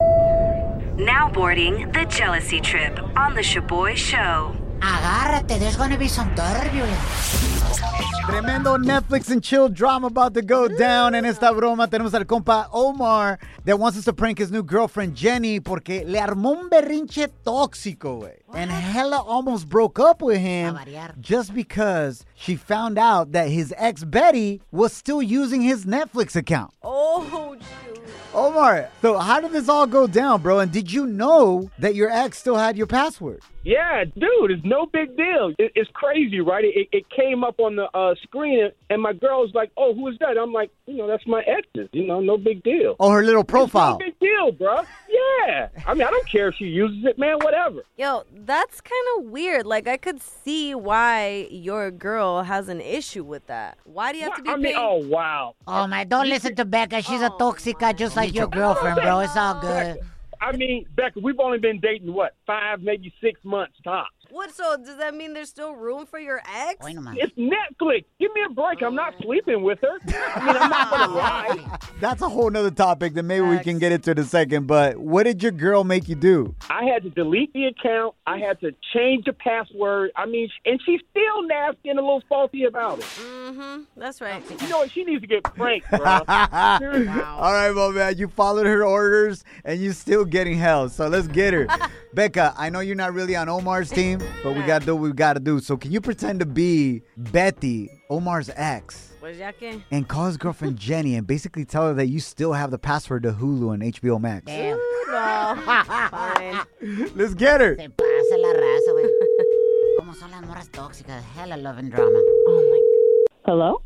Now boarding the jealousy trip on the Shaboy Show. Agárrate, there's gonna be some turbulence. Tremendo Netflix and chill drama about to go down. En esta broma tenemos al compa Omar that wants us to prank his new girlfriend Jenny porque le armó un berrinche tóxico, güey. And Hella almost broke up with him A variar. just because she found out that his ex Betty was still using his Netflix account. Oh, shoot. Omar, so how did this all go down, bro? And did you know that your ex still had your password? Yeah, dude, it's no big deal. It, it's crazy, right? It, it came up on the uh, screen, and my girl's like, "Oh, who is that?" I'm like, "You know, that's my exes. You know, no big deal." Oh, her little No profile. big deal, bro. Yeah, I mean, I don't care if she uses it, man. Whatever. Yo, that's kind of weird. Like, I could see why your girl has an issue with that. Why do you have to be I mean, paying- oh wow. Oh my, don't listen to Becca. She's a Oh, my. toxica just like your girlfriend, bro. It's all good. I mean, Becca, we've only been dating what five, maybe six months tops. What? So, does that mean there's still room for your ex? Bueno, man. It's Netflix. Give me a break. I'm not sleeping with her. I mean, I'm not gonna lie. That's a whole nother topic that maybe we can get into in a second, but what did your girl make you do? I had to delete the account. I had to change the password. I mean, and she's still nasty and a little salty about it. Mm-hmm. That's right. You know what? She needs to get pranked, bro. Seriously. All right, well, man, you followed her orders and you still getting hell. So let's get her. Becca, I know you're not really on Omar's team, but we got to do what we got to do. So can you pretend to be Betty, Omar's ex? Pues ya que. And call his girlfriend Jenny and basically tell her that you still have the password to Hulu and HBO Max. Damn. No. Fine. Let's get her. Se pasa la raza, güey. ¿Cómo son las morras tóxicas? Hella love and drama. Hello?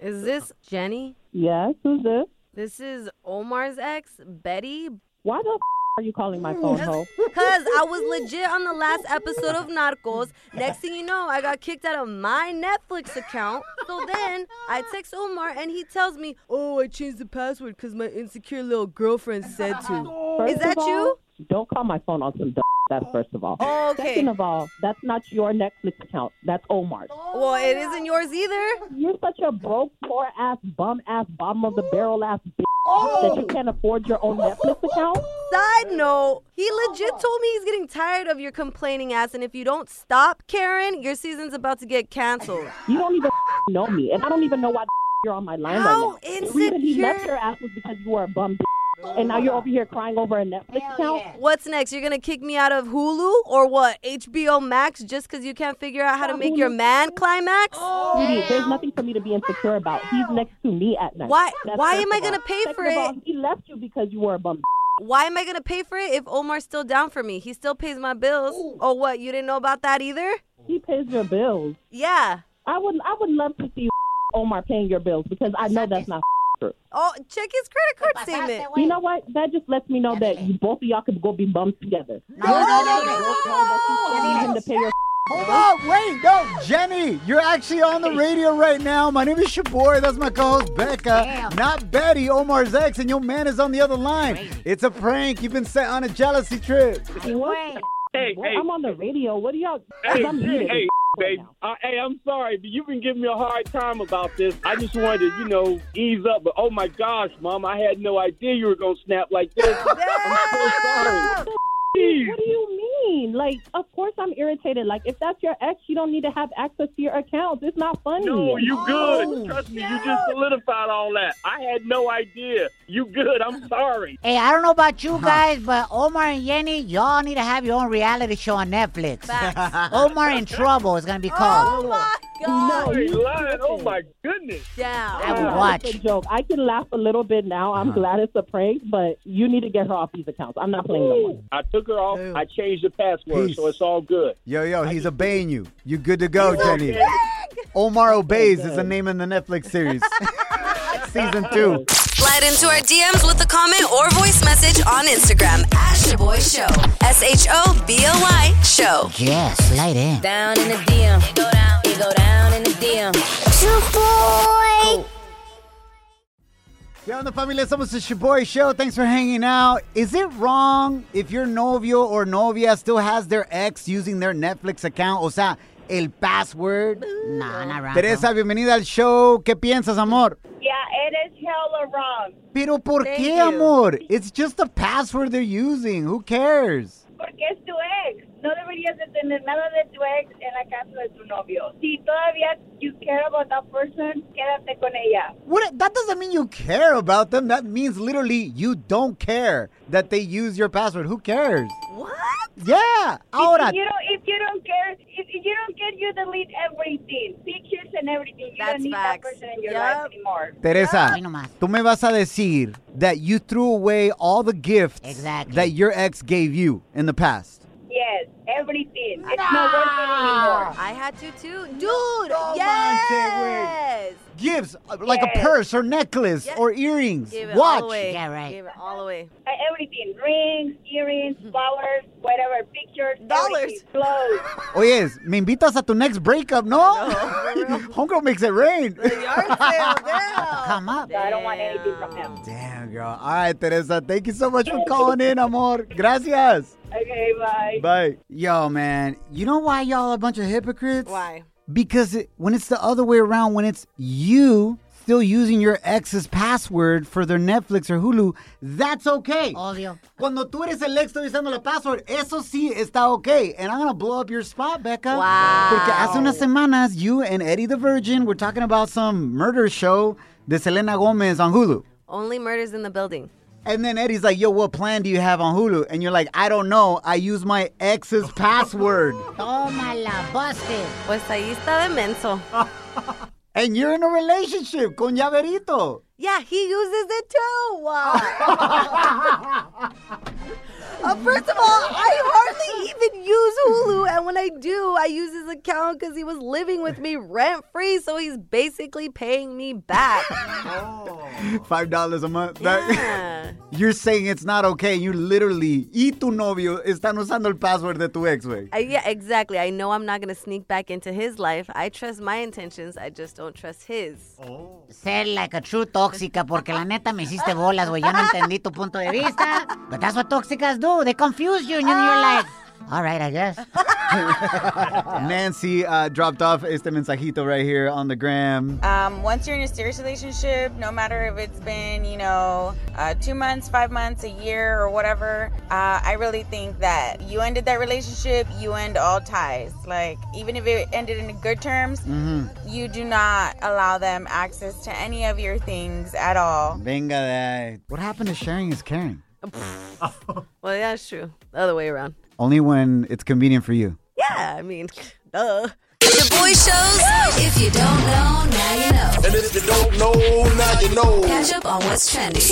Is this Jenny? Yes, who's this? This is Omar's ex, Betty. Why the f- are you calling my phone, ho? Because I was legit on the last episode of Narcos. Next thing you know, I got kicked out of my Netflix account. So then I text Omar and he tells me, Oh, I changed the password because my insecure little girlfriend said to. First Is that of all, you? Oh, Don't call my phone on some dumb. That's first of all. Okay. Second of all, that's not your Netflix account. That's Omar's. Well, it isn't yours either. You're such a broke, poor ass, bum ass, bottom of the barrel ass bitch Oh. that you can't afford your own Netflix account. Side note, he legit told me he's getting tired of your complaining ass. And if you don't stop, Karen, your season's about to get canceled. You don't even f- know me, and I don't even know why the f- you're on my line How right now. The reason he insecure. left your ass was because you were a bum bitch, and now you're over here crying over a Netflix account. What's next? You're gonna kick me out of Hulu or what? HBO Max just because you can't figure out how to make your man climax? Sweetie, there's nothing for me to be insecure about. He's next to me at night. Why- That's why first am I of all. gonna pay Second for of it? all, he left you because you were a bum. Why am I gonna pay for it if Omar's still down for me? He still pays my bills. Oh, what? You didn't know about that either? He pays your bills. Yeah. I would I would love to see Omar paying your bills because I know that's not. true. Oh, check his credit card statement. Pasaste, güey. You know what? That just lets me know that you, both of y'all could go be bums together. No, no, no, no. Him to pay your Hold on, wait, no, Jenny, you're actually on the radio right now. My name is Shabor. That's my co-host Becca, Damn. not Betty, Omar's ex, and your man is on the other line. It's a prank. You've been sent on a jealousy trip. Güey. Hey, Well, hey, I'm on the radio. What do y'all? hey, I'm hey, muted. hey, right baby. now. Uh, hey, I'm sorry, but you've been giving me a hard time about this. I just wanted to, you know, ease up. But oh my gosh, mom, I had no idea you were gonna snap like this. I'm so sorry. Jeez. What do you mean? Like, of course I'm irritated. Like, if that's your ex, you don't need to have access to your accounts. It's not funny. No, you good. Trust me, you just solidified all that. I had no idea. You good. I'm sorry. Hey, I don't know about you guys, but Omar and Yenny, y'all need to have your own reality show on Netflix. Facts. Omar in Trouble is gonna be called. Oh my Oh, god. you lying. Oh my goodness. I Damn. would It's a watch. Uh-huh. joke. I can laugh a little bit now. I'm glad it's a prank, but you need to get her off these accounts. I'm not playing no more. I took her off. I changed the password, Peace. so it's all good. Yo, yo, he's obeying you. You good to go, Jenny. okay. Omar obeys is the name in the Netflix series, season two. Slide into our DMs with a comment or voice message. message on Instagram at Shaboy Show. S H O B O Y Show. Yes, slide in. Down in the DM. It go down. It go down in the DM. ¿Qué onda familia? Somos the Shaboy Show. Thanks for hanging out. Is it wrong if your novio or novia still has their ex using their Netflix account? O sea, el password. No, not wrong. Teresa, bienvenida al show. ¿Qué piensas, amor? Yeah, it is hella wrong. Pero ¿por Thank qué, you. amor? It's just a password they're using. Who cares? Porque es tu ex. No deberías de tener nada de tu ex en la casa de tu novio. Si todavía you care about that person, quédate con ella. What, that doesn't mean you care about them. That means literally you don't care that they use your password. Who cares? What? Yeah. Ahora, If you don't, if you don't care, if you don't care, you delete everything, pictures and everything. You That's don't need facts. that person in your Yup. life anymore. Teresa, Hoy nomás. tú me vas a decir that you threw away all the gifts Exactly. that your ex gave you in the past. Yes, everything. It's not worth it anymore. I had to too. Dude, manches, yes. Gifts, uh, like a Yes. purse or necklace Yes. or earrings, Give it all watch. away. Yeah, right. Give it all away. Uh, Everything, rings, earrings, flowers, whatever, pictures, Dollars. everything, clothes. Oye, me invitas a tu next breakup, no? Homegirl makes it rain. The yard sale, damn. Come up. I don't want anything from him. Damn, girl. All right, Teresa, thank you so much for calling in, amor. Gracias. Okay, bye. Bye. Yo, man, you know why y'all a bunch of hypocrites? Why? Because it, when it's the other way around, when it's you still using your ex's password for their Netflix or Hulu, that's okay. Obvio. Cuando tú eres el ex estoy usando la password, eso sí está okay. And I'm gonna blow up your spot, Becca. Wow. Porque hace unas semanas, you and Eddie the Virgin were talking about some murder show de Selena Gomez on Hulu. Only murders in the building. And then Eddie's like, yo, what plan do you have on Hulu? And you're like, I don't know. I use my ex's password. Tómala, busted. Pues ahí está de menso. And you're in a relationship con Llaverito. Yeah, he uses it too. uh, first of all, I hardly even use Hulu, and when I do, I use his account because he was living with me rent free, so he's basically paying me back. Five dollars a month. That- Yeah. you're saying it's not okay. You literally, y tu novio están usando el password de tu ex, güey. I- Uh, yeah, exactly. I know I'm not gonna sneak back into his life. I trust my intentions. I just don't trust his. Ser like a true tóxica, porque la neta me hiciste bolas, güey. Yo no entendí tu punto de vista. But that's what tóxicas do. They confuse you, and then you're like, all right, I guess. Nancy uh, dropped off este mensajito right here on the gram. Um, once you're in a serious relationship, no matter if it's been, you know, uh, two months, five months, a year, or whatever, uh, I really think that you ended that relationship, you end all ties. Like, even if it ended in good terms, Mm-hmm. you do not allow them access to any of your things at all. Venga de ahí. What happened to sharing is caring? Well, yeah, that's true. The other way around. Only when it's convenient for you. Yeah, I mean, duh. Shaboy Show's If You Don't Know, Now You Know. And if you don't know, now you know. Catch up on what's trending.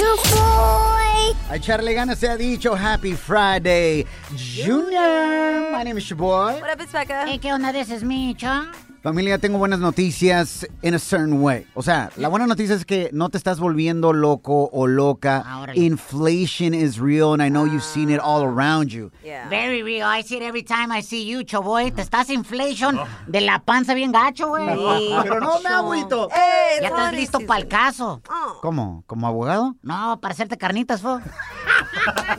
A Charlie Gana se ha dicho Happy Friday, Junior. My name is your boy. What up, it's Becca. Hey, ¿qué onda? This is me, cha. Familia, tengo buenas noticias in a certain way. O sea, la buena noticia es que no te estás volviendo loco o loca. Ah, órale. Inflation is real and I know you've seen it all around you. Yeah. Very real. I see it every time I see you, choboy. Te estás inflation de la panza bien gacho, güey. Pero no me agüito. Eh. Hey, it's Ya estás holiday listo season. para el caso. ¿Cómo? ¿Como abogado? No, para hacerte carnitas, fo.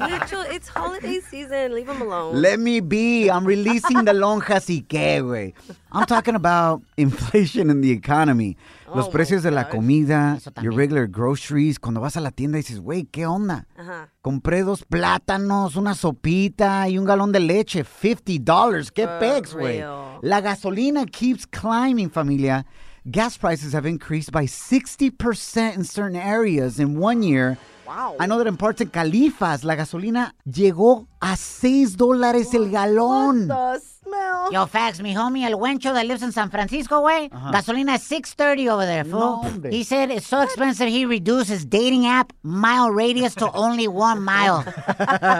Mitchell, it's holiday season. Leave him alone. Let me be. I'm releasing the lonjas y qué, güey. I'm talking about inflation in the economy. Los Oh, precios de la comida, Eso your también. regular groceries. Cuando vas a la tienda dices, güey, ¿qué onda? Ajá. Compré dos plátanos, una sopita y un galón de leche. $50. ¿Qué For pex, güey? real. La gasolina keeps climbing, familia. Gas prices have increased by 60% in certain areas in one year. Wow. I know that in parts in Califas, la gasolina llegó a 6 dólares el galón. The Uh, smell. Yo, fax, mi homie, el wencho that lives in San Francisco, güey. Gasolina is 630 over there, No, fool. hombre. he said it's so expensive he reduces dating app mile radius to only one mile.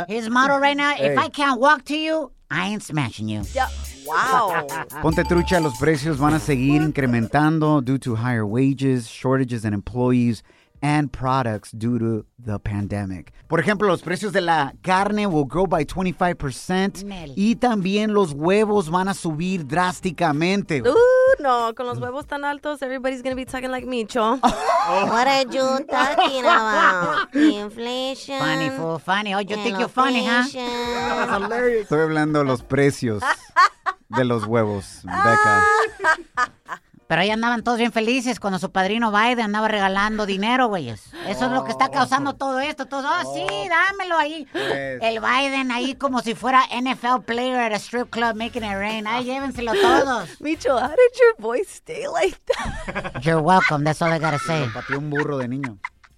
His motto right now, if I can't walk to you, I ain't smashing you. Yeah. Wow. Ah. Ponte trucha, los precios van a seguir incrementando due to higher wages, shortages in employees, and products due to the pandemic. Por ejemplo, los precios de la carne will grow by 25% y también los huevos van a subir drásticamente. Ooh, no, con los huevos tan altos, everybody's gonna be talking like me, Cho. What are you talking about? Inflation. Funny fool, funny. Oh, you think you're funny, huh? Estoy hablando de los precios de los huevos, Becca. Pero ahí andaban todos bien felices cuando su padrino Biden andaba regalando dinero, güeyes. Eso es lo que está causando todo esto. Todos, oh, sí, dámelo ahí. Pues. El Biden ahí como si fuera NFL player at a strip club making it rain. Ay, llévenselo todos. Micho, how did your voice stay like that? You're welcome, that's all I gotta say. Pateó un burro de niño.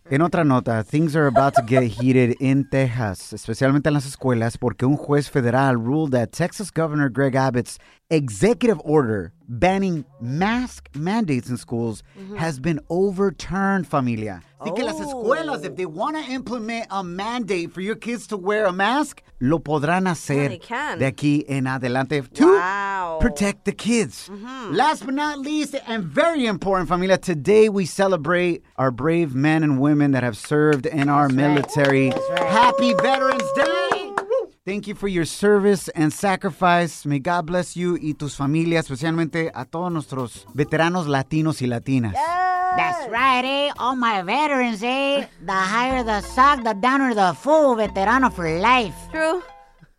En otra nota, things are about to get heated in Texas, especialmente en las escuelas, porque un juez federal ruled that Texas Governor Greg Abbott's executive order banning mask mandates in schools has been overturned, familia. Así que las escuelas, if they want to implement a mandate for your kids to wear a mask, lo podrán hacer can. de aquí en adelante to protect the kids. Last but not least, and very important, familia, today we celebrate our brave men and women that have served in our military. Happy Veterans Day! Thank you for your service and sacrifice. May God bless you y tus familias, especialmente a todos nuestros veteranos latinos y latinas. That's right, eh? All my veterans, eh? The higher the sock, the downer the fool. Veterano for life. True.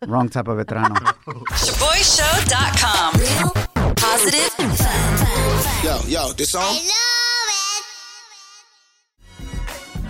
Wrong type of veterano. ShaboyShow.com. Real, positive, Yo, yo, this song?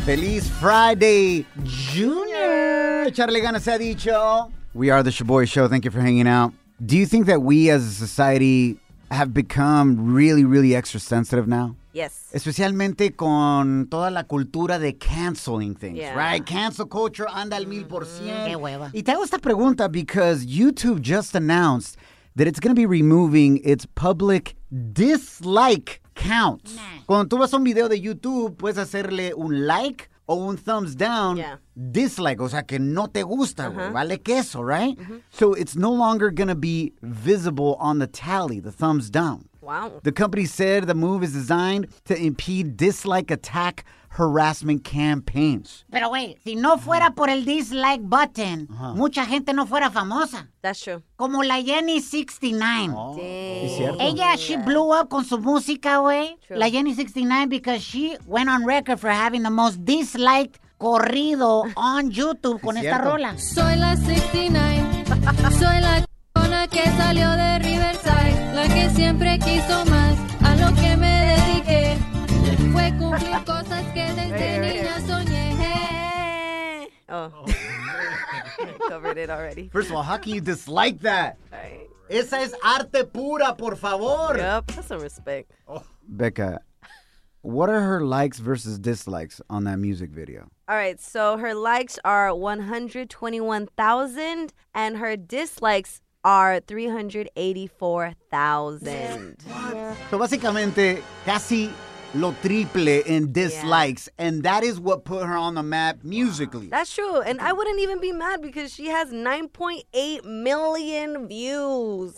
Feliz Friday, Junior. Echarle ganas se ha dicho. We are the Shaboy Show. Thank you for hanging out. Do you think that we as a society have become really, really extra sensitive now? Yes. Especialmente con toda la cultura de canceling things, Yeah. right? Cancel culture anda al mil por cien. Qué hueva. Y te hago esta pregunta because YouTube just announced that it's going to be removing its public dislike count. Cuando tú vas a un video de YouTube, puedes hacerle un like o un thumbs down, Yeah. dislike, o sea que no te gusta, güey, vale queso, right? So it's no longer going to be visible on the tally, the thumbs down. Wow. The company said the move is designed to impede dislike attack harassment campaigns. Pero, güey, si no fuera por el dislike button, mucha gente no fuera famosa. That's true. Como la Jenny 69. ¿Es cierto? Ella, she blew up con su música, güey. Oh, True. La Jenny 69 because she went on record for having the most disliked corrido on YouTube con esta cierto. rola. Soy la 69, soy la persona que salió de Riverside, la que siempre quiso más, a lo que me dediqué fue cumplir cosas que desde niña soñé. Oh. Covered it already. First of all, how can you dislike that? Esa es arte pura, por favor. Yep. That's some respect. Becca, what are her likes versus dislikes on that music video? All right, so her likes are 121,000 and her dislikes are 384,000. So básicamente, casi lo triple in dislikes, and that is what put her on the map musically. That's true. And I wouldn't even be mad because she has 9.8 million views.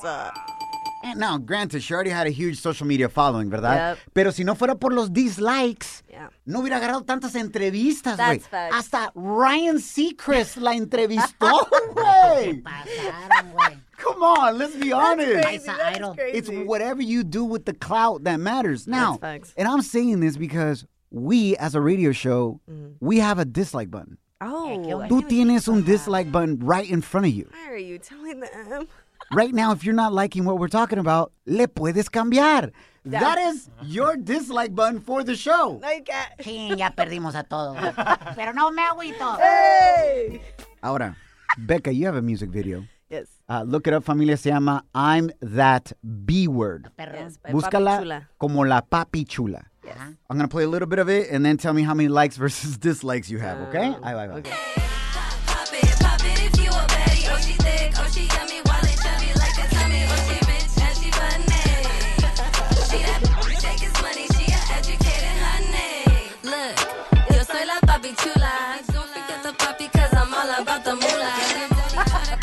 And now, granted, she already had a huge social media following, ¿verdad? Yep. Pero si no fuera por los dislikes, Yeah. no hubiera agarrado tantas entrevistas, That's güey. facts. Hasta Ryan Seacrest la entrevistó, güey. Pasaron, güey. Come on, let's be honest. It's an idol. It's whatever you do with the clout that matters. Now, facts. and I'm saying this because we, as a radio show, Mm. we have a dislike button. Oh, Tú tienes un dislike button right in front of you. why are you telling them? Right now, if you're not liking what we're talking about, le puedes cambiar. that is your dislike button for the show. Like, uh, Chin, ya perdimos a todos. güey. Pero no me agüito. hey! Ahora, Becca, you have a music video. Yes. Uh, look it up, familia. Se llama I'm That B Word. Perro. Yes, by Papi Búscala Chula. como la papi chula. Uh-huh. I'm going to play a little bit of it and then tell me how many likes versus dislikes you have, okay? Oh, Ahí va, ahí va. Pop it, pop it if you a baddie. Oh, she thick, oh, she yummy. Wallet chubby like a tummy. Oh, she rich and she funny. She that b- take his money. She a educated honey. Look, yo soy la papi chula. Don't forget the papi, cause I'm all about the moolah.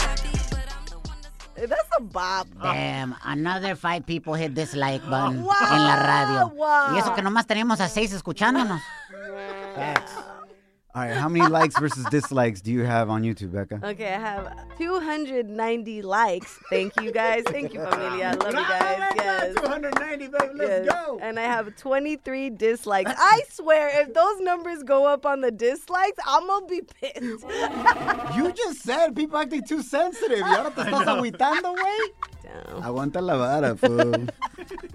That's a bop. Damn, another five people hit dislike button en la radio. wow. Y eso que nomás tenemos a seis escuchándonos. Facts. All right, how many likes versus dislikes do you have on YouTube, Becca? Okay, I have 290 likes. Thank you guys. Thank you, familia. I love you guys. Yes. 290, baby. Let's go. And I have 23 dislikes. I swear, if those numbers go up on the dislikes, I'm going to be pissed. You just said people acting too sensitive. Y ahora te estás agüitando, güey. Aguanta la vara, fool.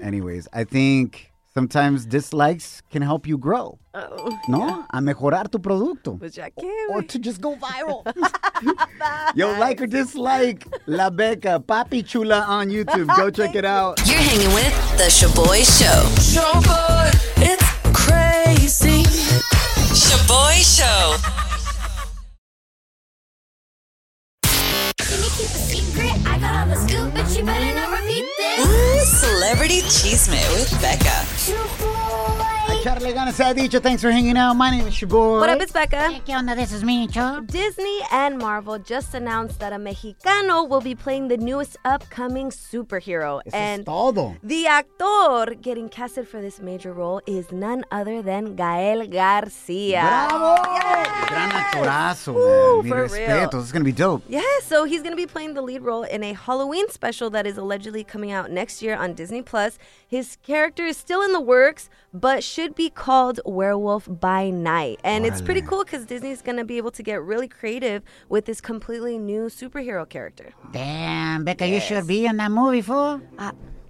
Anyways, I think sometimes dislikes can help you grow. Oh, No? A mejorar tu producto. But I can't. Or to just go viral. Yo, like or dislike La Beca, Papi Chula on YouTube. Go check it out. You're hanging with The Shaboy Show. Shaboy, it's crazy. Shaboy Show. Celebrity Cheesemate with Becca. Charlie Ganas ha dicho, thanks for hanging out. My name is your boy. What up, it's Becca. ¿Qué onda? This is me, Cho. Disney and Marvel just announced that a Mexicano will be playing the newest upcoming superhero. and Todo. the actor getting casted for this major role is none other than Gael Garcia. Bravo! Gran actorazo, man. Mi for real. respeto. This is going to be dope. Yeah, so he's going to be playing the lead role in a Halloween special that is allegedly coming out next year on Disney Plus. His character is still in the works, but should be called Werewolf by Night. And it's pretty cool cuz Disney's going to be able to get really creative with this completely new superhero character. Damn, Becca, you should be in that movie, fool.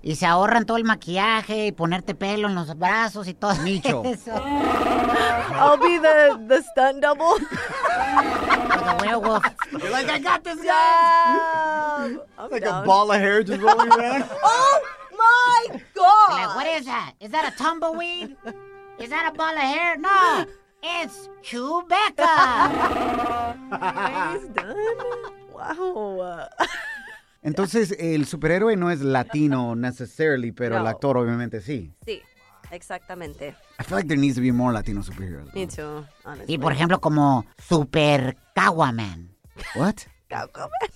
y se ahorran todo el maquillaje y ponerte pelo en los brazos y todo Nicho. eso. I'll be the the stunt double. The werewolf. You're like, I got this guy. Like a ball of hair just rolling around. Oh my Like, god. what is that? Is that a tumbleweed? Is that a ball of hair? No, it's Chewbacca. He's done. Wow. Entonces, el superhéroe no es latino necessarily, pero el No. actor obviamente sí. Sí, exactamente. I feel like there needs to be more Latino superheroes. Me too, honestly. y por ejemplo, como Super Kawaman. What?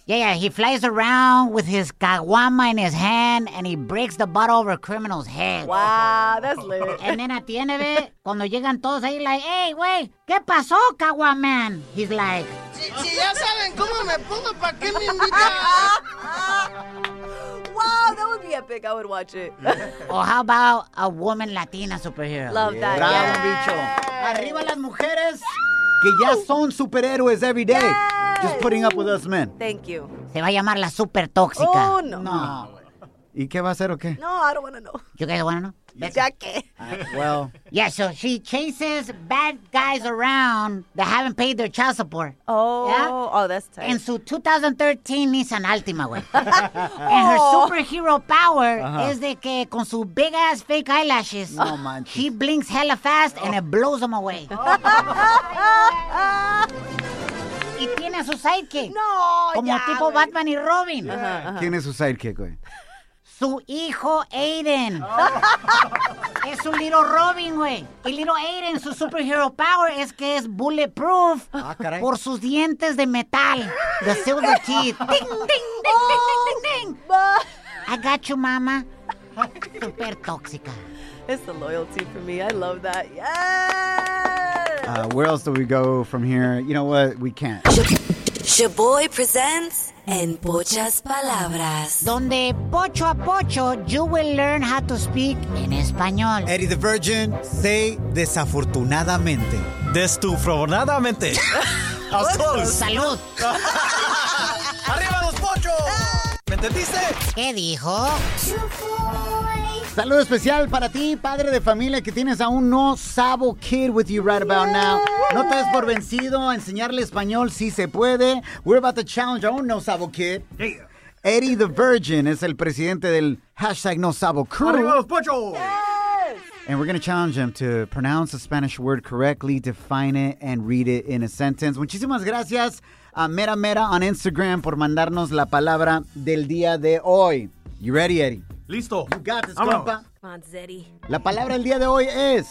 Yeah, yeah, he flies around with his caguama in his hand and he breaks the bottle over criminals' heads. Wow, that's lit. And then at the end of it, cuando llegan todos ahí, like, hey, güey, ¿qué pasó, caguaman? He's like, Wow, that would be epic. I would watch it. or "Oh, how about a woman Latina superhero? Mm-hmm. Love that. Bravo, yeah. bicho. Arriba las mujeres que ya son superhéroes every day. Just putting up with us men. Thank you. Se va a llamar la super tóxica. Oh no. no. No. güey. ¿Y qué va a hacer o qué? I don't want to know. You guys wanna know? Ya que. Well, Yeah, so she chases bad guys around that haven't paid their child support. Oh, Yeah? oh, that's tight. En su 2013 Nissan Altima, güey. And her Oh. superhero power Ajá. is de que con su big ass fake eyelashes, No manches. she blinks hella fast and it blows them away. y tiene a su sidekick. no, como ya, tipo güey. Batman y Robin. ¿quién es su sidekick, güey? Su hijo Aiden. Oh. Es su little Robin, güey. Y little Aiden, su superhero power es que es bulletproof Ah, caray. por sus dientes de metal. The silver teeth. Ding, ding, ding, ding, ding, ding, Oh, ding. But I got you, mama. Super tóxica. it's the loyalty for me. I love that. Yes. Uh, where else do we go from here? You know what? We can't. Shaboy presents En Pochas Palabras. Donde pocho a pocho, you will learn how to speak en español. Eddie the Virgin, say desafortunadamente. Destufronadamente. I was Eh. pues, close. Salud. ah. Arriba los pochos. ¿Me entendiste? ¿Qué dijo? Saludo especial para ti, padre de familia, que tienes a un no sabo kid with you right about now. No te des por vencido, enseñarle español si se puede. We're about to challenge our own no sabo kid. Eddie the Virgin es el presidente del hashtag no sabo crew. Arriba los pochos. And we're going to challenge him to pronounce a Spanish word correctly, define it, and read it in a sentence. Muchísimas gracias a Mera Mera on Instagram por mandarnos la palabra del día de hoy. You ready, Eddie? Listo. You got this, Vámonos. compa. Come on, Zeddy. La palabra del día de hoy es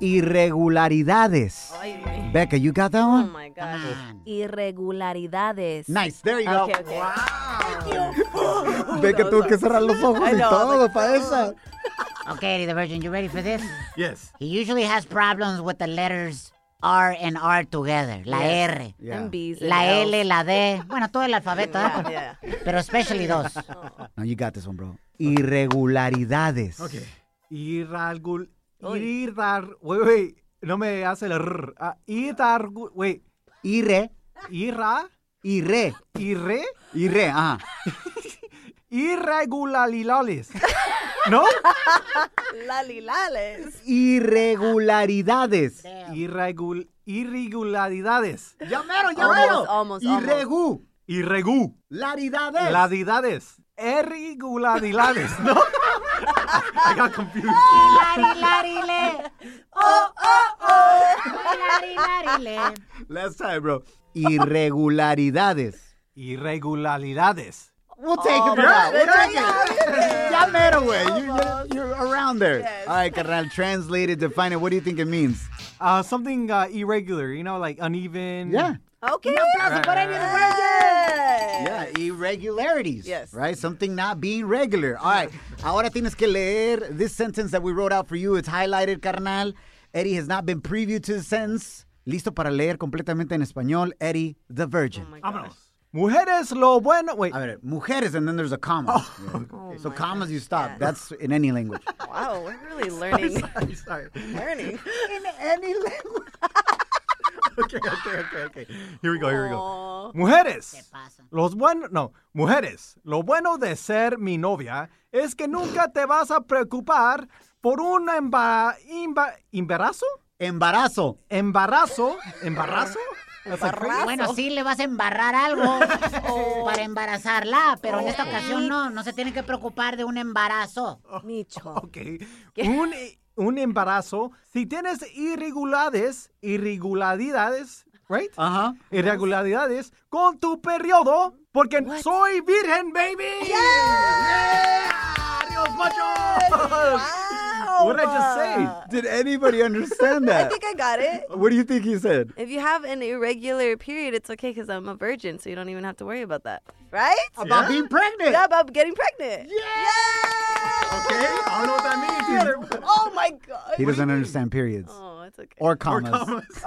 irregularidades. Ay, güey. Becca, you got that Oh one? my Come gosh. on. Irregularidades. Nice, there you go. Okay, okay. Becca tuvo que cerrar los ojos I y know, I was todo like, oh. para esa. Okay, Eddie the Virgin, you ready for this? Yes. He usually has problems with the letters R and R together. La Yes. R. Yeah. And Bs and La Ls. L, la D. Bueno, todo el alfabeto, ¿eh? Yeah, Pero especially those. No, you got this one, bro. Irregularidades. Ok. Irralgul. Irrar. Wait, wait. No me hace el r. Ah, irrargu- Wait. Irre. Irra. Irre. Irre. Irre, ajá. Irregularidades. ¿No? Lalilales. Irregularidades. Irregul- irregularidades. Llamaron, llamaron. Almost, almost, almost. Irregu. Irregu. Laridades. Ladidades. Irregularidades. ¿No? I got confused. Lari, lari, le. Oh, oh, oh. Lari, lari, le. Last time, bro. Irregularidades. Irregularidades. We'll take it for that. We'll take it. Ya mero, güey. You- You're, you're around there. All right, carnal. Translate it, define it. What do you think it means? Uh, something uh, irregular, you know, like uneven. Yeah. Okay. aplauso para Eddie the Virgin. Yeah, irregularities. Yes. Right? Something not being regular. All right. Ahora tienes que leer this sentence that we wrote out for you. It's highlighted, carnal. Eddie has not been previewed to the sentence. Listo para leer completamente en español. Eddie the Virgin. Oh Vámonos. Mujeres lo bueno. Wait. A ver, mujeres, and then there's a comma. Oh. Yeah. so commas, you stop. That's in any language. Wow, we're really learning. sorry, sorry. learning. In any language. Okay, okay, okay, okay. Here we go, here we go. Aw. Mujeres. Los buenos. No, mujeres. Lo bueno de ser mi novia es que nunca te vas a preocupar por un emba, imba- embarazo. Embarazo. Embarazo. Embarazo. That's a great- Bueno, sí le vas a embarrar algo para embarazarla, pero en esta ocasión no, no se tiene que preocupar de un embarazo. Micho. Ok. Un, un embarazo. Si tienes irregularidades, irregularidades, right? Ajá. Irregularidades con tu periodo, porque soy virgen, baby. Yeah. Adiós, machos. Wow. What did I Did anybody understand I that? think I got it. What do you think he said? If you have an irregular period, it's okay because I'm a virgin, so you don't even have to worry about that. Right? About being pregnant. Yeah, about getting pregnant. Yeah! say? Okay, I don't know what that means either. Oh my god. He doesn't understand periods Oh, it's okay. or commas.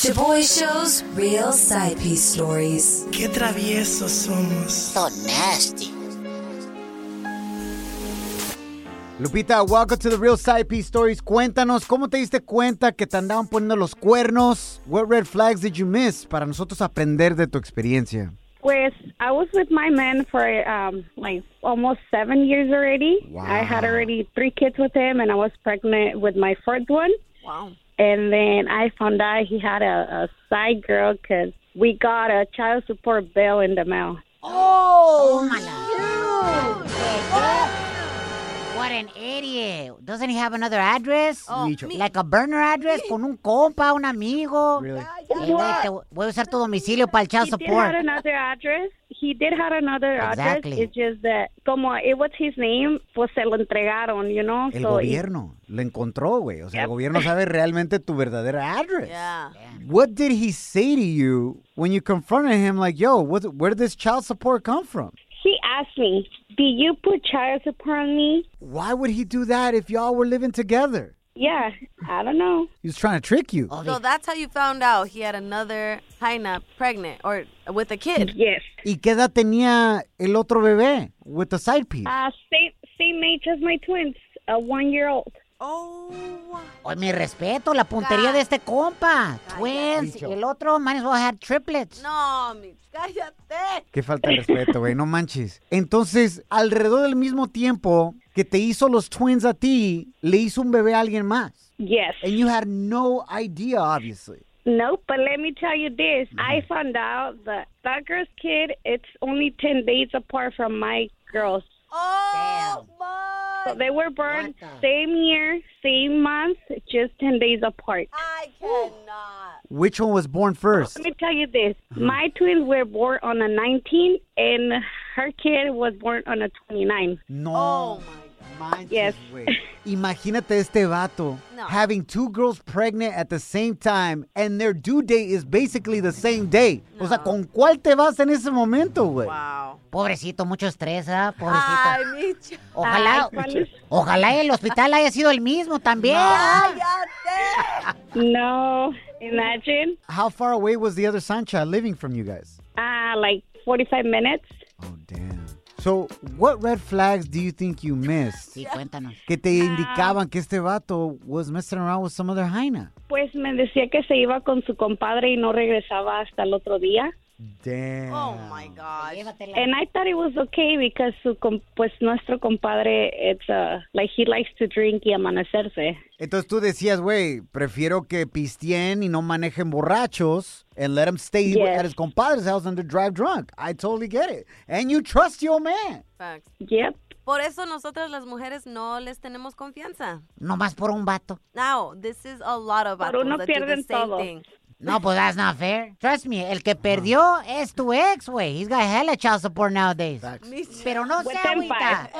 Shaboy Show's real side piece stories. Qué traviesos somos. So nasty. Lupita, welcome to the Real Side Piece Stories. Cuéntanos, ¿cómo te diste cuenta que te andaban poniendo los cuernos? What red flags did you miss? Para nosotros aprender de tu experiencia. Pues, I was with my man for um, like almost seven years already. I had already three kids with him, and I was pregnant with my fourth one. Wow. And then I found out he had a, a side girl 'cause we got a child support bill in the mail. What an idiot. Doesn't he have another address? Micho. Like a burner address con un compa, un amigo. Really? Eh, güey, te voy a usar tu domicilio para el child He did have support. another address. He did have another Exactly. address. It's just that, como it was his name, pues se lo entregaron, you know? El so it- gobierno lo encontró, güey. O sea, el gobierno sabe realmente tu verdadera address. Yeah. What did he say to you when you confronted him? Like, yo, what, where did this child support come from? he asked me, "Do you put child support on me?" Why would he do that if y'all were living together? Yeah, I don't know. He was trying to trick you. So that's how you found out he had another Haina pregnant or with a kid. Yes. ¿Y qué edad tenía el otro bebé? With the side piece. Uh, same same age as my twins, a one year old. Oh. Oye, mi respeto, la puntería de este Ah, compa. Twins. Micho. Y el otro, might as well had triplets. No, mi. Cállate. Qué falta de respeto, güey, no manches. Entonces, alrededor del mismo tiempo que te hizo los twins a ti, le hizo un bebé a alguien más. Yes. And you had no idea, obviously. Nope. But let me tell you this: I found out that that girl's kid. It's only ten days apart from my girls. Oh, So my. they were born same year, same month, just ten days apart. I cannot. Which one was born first? Let me tell you this: my twins were born on a 19, and her kid was born on a 29. No. Oh Yes. güey. Imagínate este vato No. having two girls pregnant at the same time and their due date is basically the same day. O sea, ¿con cuál te vas en ese momento, güey? Wow. Pobrecito, mucho estrés, ¿ah? Pobrecito. Ay, Micho. Ojalá, pues, ojalá el hospital haya sido el mismo también. ¿ah? No, imagine. How far away was the other Sancha living from you guys? Uh, like 45 minutes. So, what red flags do you think you missed? Sí, cuéntanos. Que te indicaban que este vato was messing around with some other jaina. Pues me decía que se iba con su compadre y no regresaba hasta el otro día. Damn. Oh my gosh. And I thought it was okay because su com- pues nuestro compadre it's uh, like he likes to drink y amanecerse. Entonces tú decías, güey, prefiero que pistien y no manejen borrachos and let him stay Yes. at his compadre's house and to drive drunk. I totally get it. And you trust your man. Facts. Yep. Por eso nosotras las mujeres no les tenemos confianza. Nomás por un vato. Now, this is a lot of Por vatos uno that do the pierden same todo. thing. No, pues that's not fair. Trust me, el que perdió es tu ex, güey. He's got hella child support nowadays. Pero no se agüita.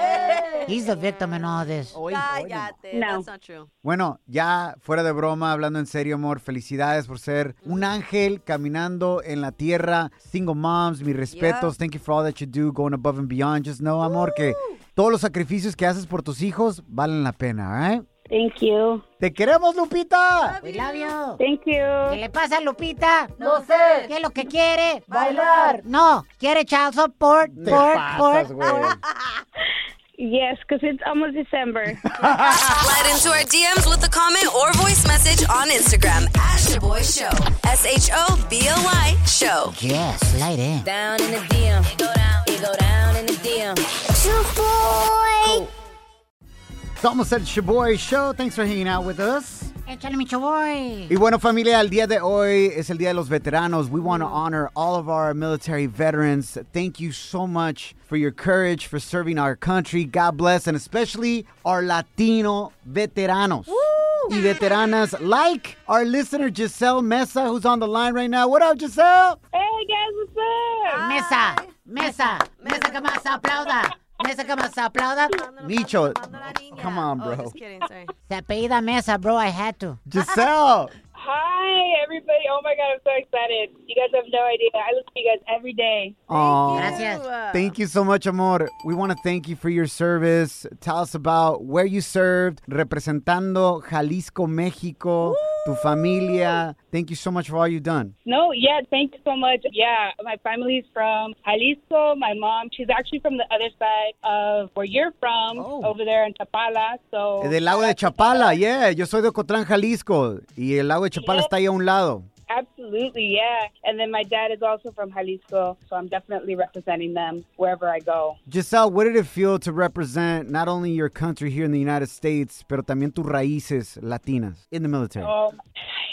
He's the victim in all this. Cállate, No. that's not true. Bueno, ya fuera de broma, hablando en serio, amor, felicidades por ser un ángel caminando en la tierra. Single moms, mis respetos. Thank you for all that you do, going above and beyond. Just know, amor, que todos los sacrificios que haces por tus hijos valen la pena, all right? Thank you. ¡Te queremos, Lupita! We love you. Thank you. ¿Qué le pasa a Lupita? No sé. ¿Qué es lo que quiere? Bailar. No, quiere child support. Te por- pasas, por- güey. Yes, because it's almost December. Slide into our DMs with a comment or voice message on Instagram at Shaboy Show. S H O B O Y Show. Yes, slide in. Down in the DM. It go down. It go down in the DM. Shaboy. It's almost at Shaboy Show. Thanks for hanging out with us. Échale, mi chavoy. Y bueno, familia, el día de hoy es el Día de los Veteranos. We want to honor all of our military veterans. Thank you so much for your courage, for serving our country. God bless, and especially our Latino veteranos. Y veteranas like our listener Giselle Mesa, who's on the line right now. What up, Giselle? Hey guys, what's up? Mesa, mesa, mesa que más aplauda. Mesa que más aplauda. Nicho, come on, bro. Oh, Kidding, sorry. Se apellida Mesa, bro. I had to. Giselle, Hi, everybody. Oh my God, I'm so excited. You guys have no idea. I listen to you guys every day. Aw. Gracias. Thank you so much, amor. We want to thank you for your service. Tell us about where you served, representando Jalisco, Mexico, tu familia. Thank you so much for all you've done. No, yeah, thank you so much. Yeah, my family's from Jalisco. My mom, she's actually from the other side of where you're from, over there in Tapala. Oh, So Del lago de Chapala, yeah. Yo soy de Ocotlán, Jalisco. Y el lago de Chapala está ahí a un lado. absolutely, yeah. And then my dad is also from Jalisco, so I'm definitely representing them wherever I go. Giselle, what did it feel to represent not only your country here in the United States, pero también tus raíces latinas in the military? Um,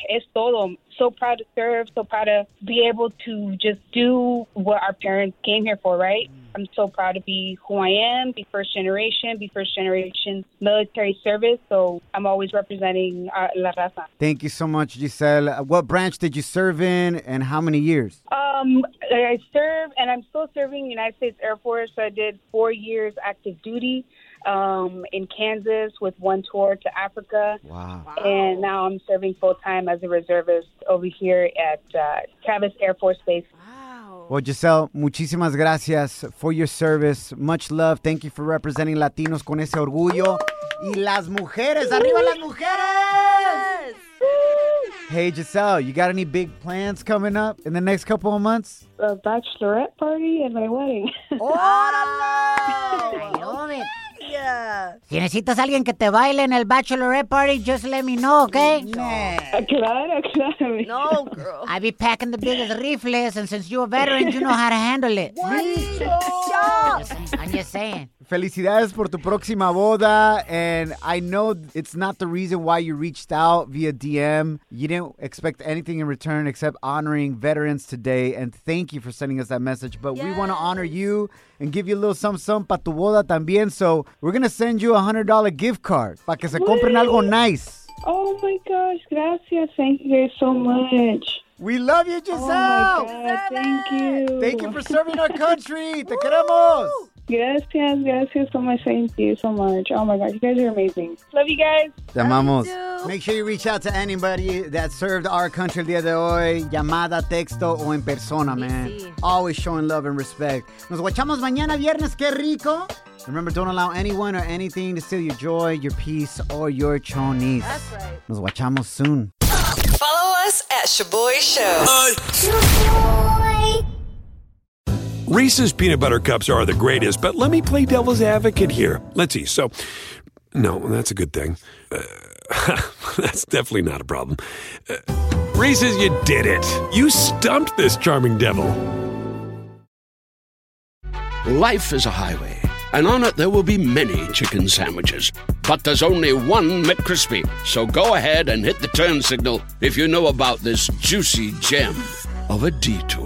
it's solo. So proud to serve. So proud to be able to just do what our parents came here for. Right. I'm so proud to be who I am. Be first generation. Be first generation military service. So I'm always representing uh, La Raza. Thank you so much, Giselle. What branch did you serve in and how many years? Um, I serve, and I'm still serving United States Air Force. I did four years active duty um, in Kansas with one tour to Africa. Wow. Oh. And now I'm serving full time as a reservist over here at uh, Travis Air Force Base. Well, Giselle, muchísimas gracias for your service. Much love. Thank you for representing Latinos con ese orgullo. Y las mujeres, arriba las mujeres. Hey, Giselle, you got any big plans coming up in the next couple of months? A bachelorette party and my wedding. I love it. Yeah. Si necesitas alguien que te baile en el bachelorette party, just let me know, okay? claro, claro. No, girl. I be packing the biggest rifles, and since you're a veteran, you know how to handle it. I'm just saying. Felicidades por tu próxima boda. And I know it's not the reason why you reached out via DM. You didn't expect anything in return except honoring veterans today. And thank you for sending us that message. But we want to honor you and give you a little some some para tu boda también. So we're going to send you a $100 gift card para que se compren algo nice. Oh my gosh, gracias. Thank you guys so much. We love you, Giselle. Uh, Oh my God, thank you. Thank you for serving our country. Te queremos. Gracias, gracias so much. Thank you so much. Oh my gosh, you guys are amazing. Love you guys. Te amamos. Make sure you reach out to anybody that served our country el día de hoy, llamada, texto o en persona, man. Always showing love and respect. Nos guachamos mañana viernes, qué rico. Remember, don't allow anyone or anything to steal your joy, your peace, or your chonies. That's right. Nos guachamos soon. Follow us at Shaboy Show. Reese's peanut butter cups are the greatest, but let me play devil's advocate here. Let's see. So, no, that's a good thing. Uh, that's definitely not a problem. Uh, Reese's, you did it. You stumped this charming devil. Life is a highway, and on it there will be many chicken sandwiches. But there's only one McCrispy. So go ahead and hit the turn signal if you know about this juicy gem of a detour.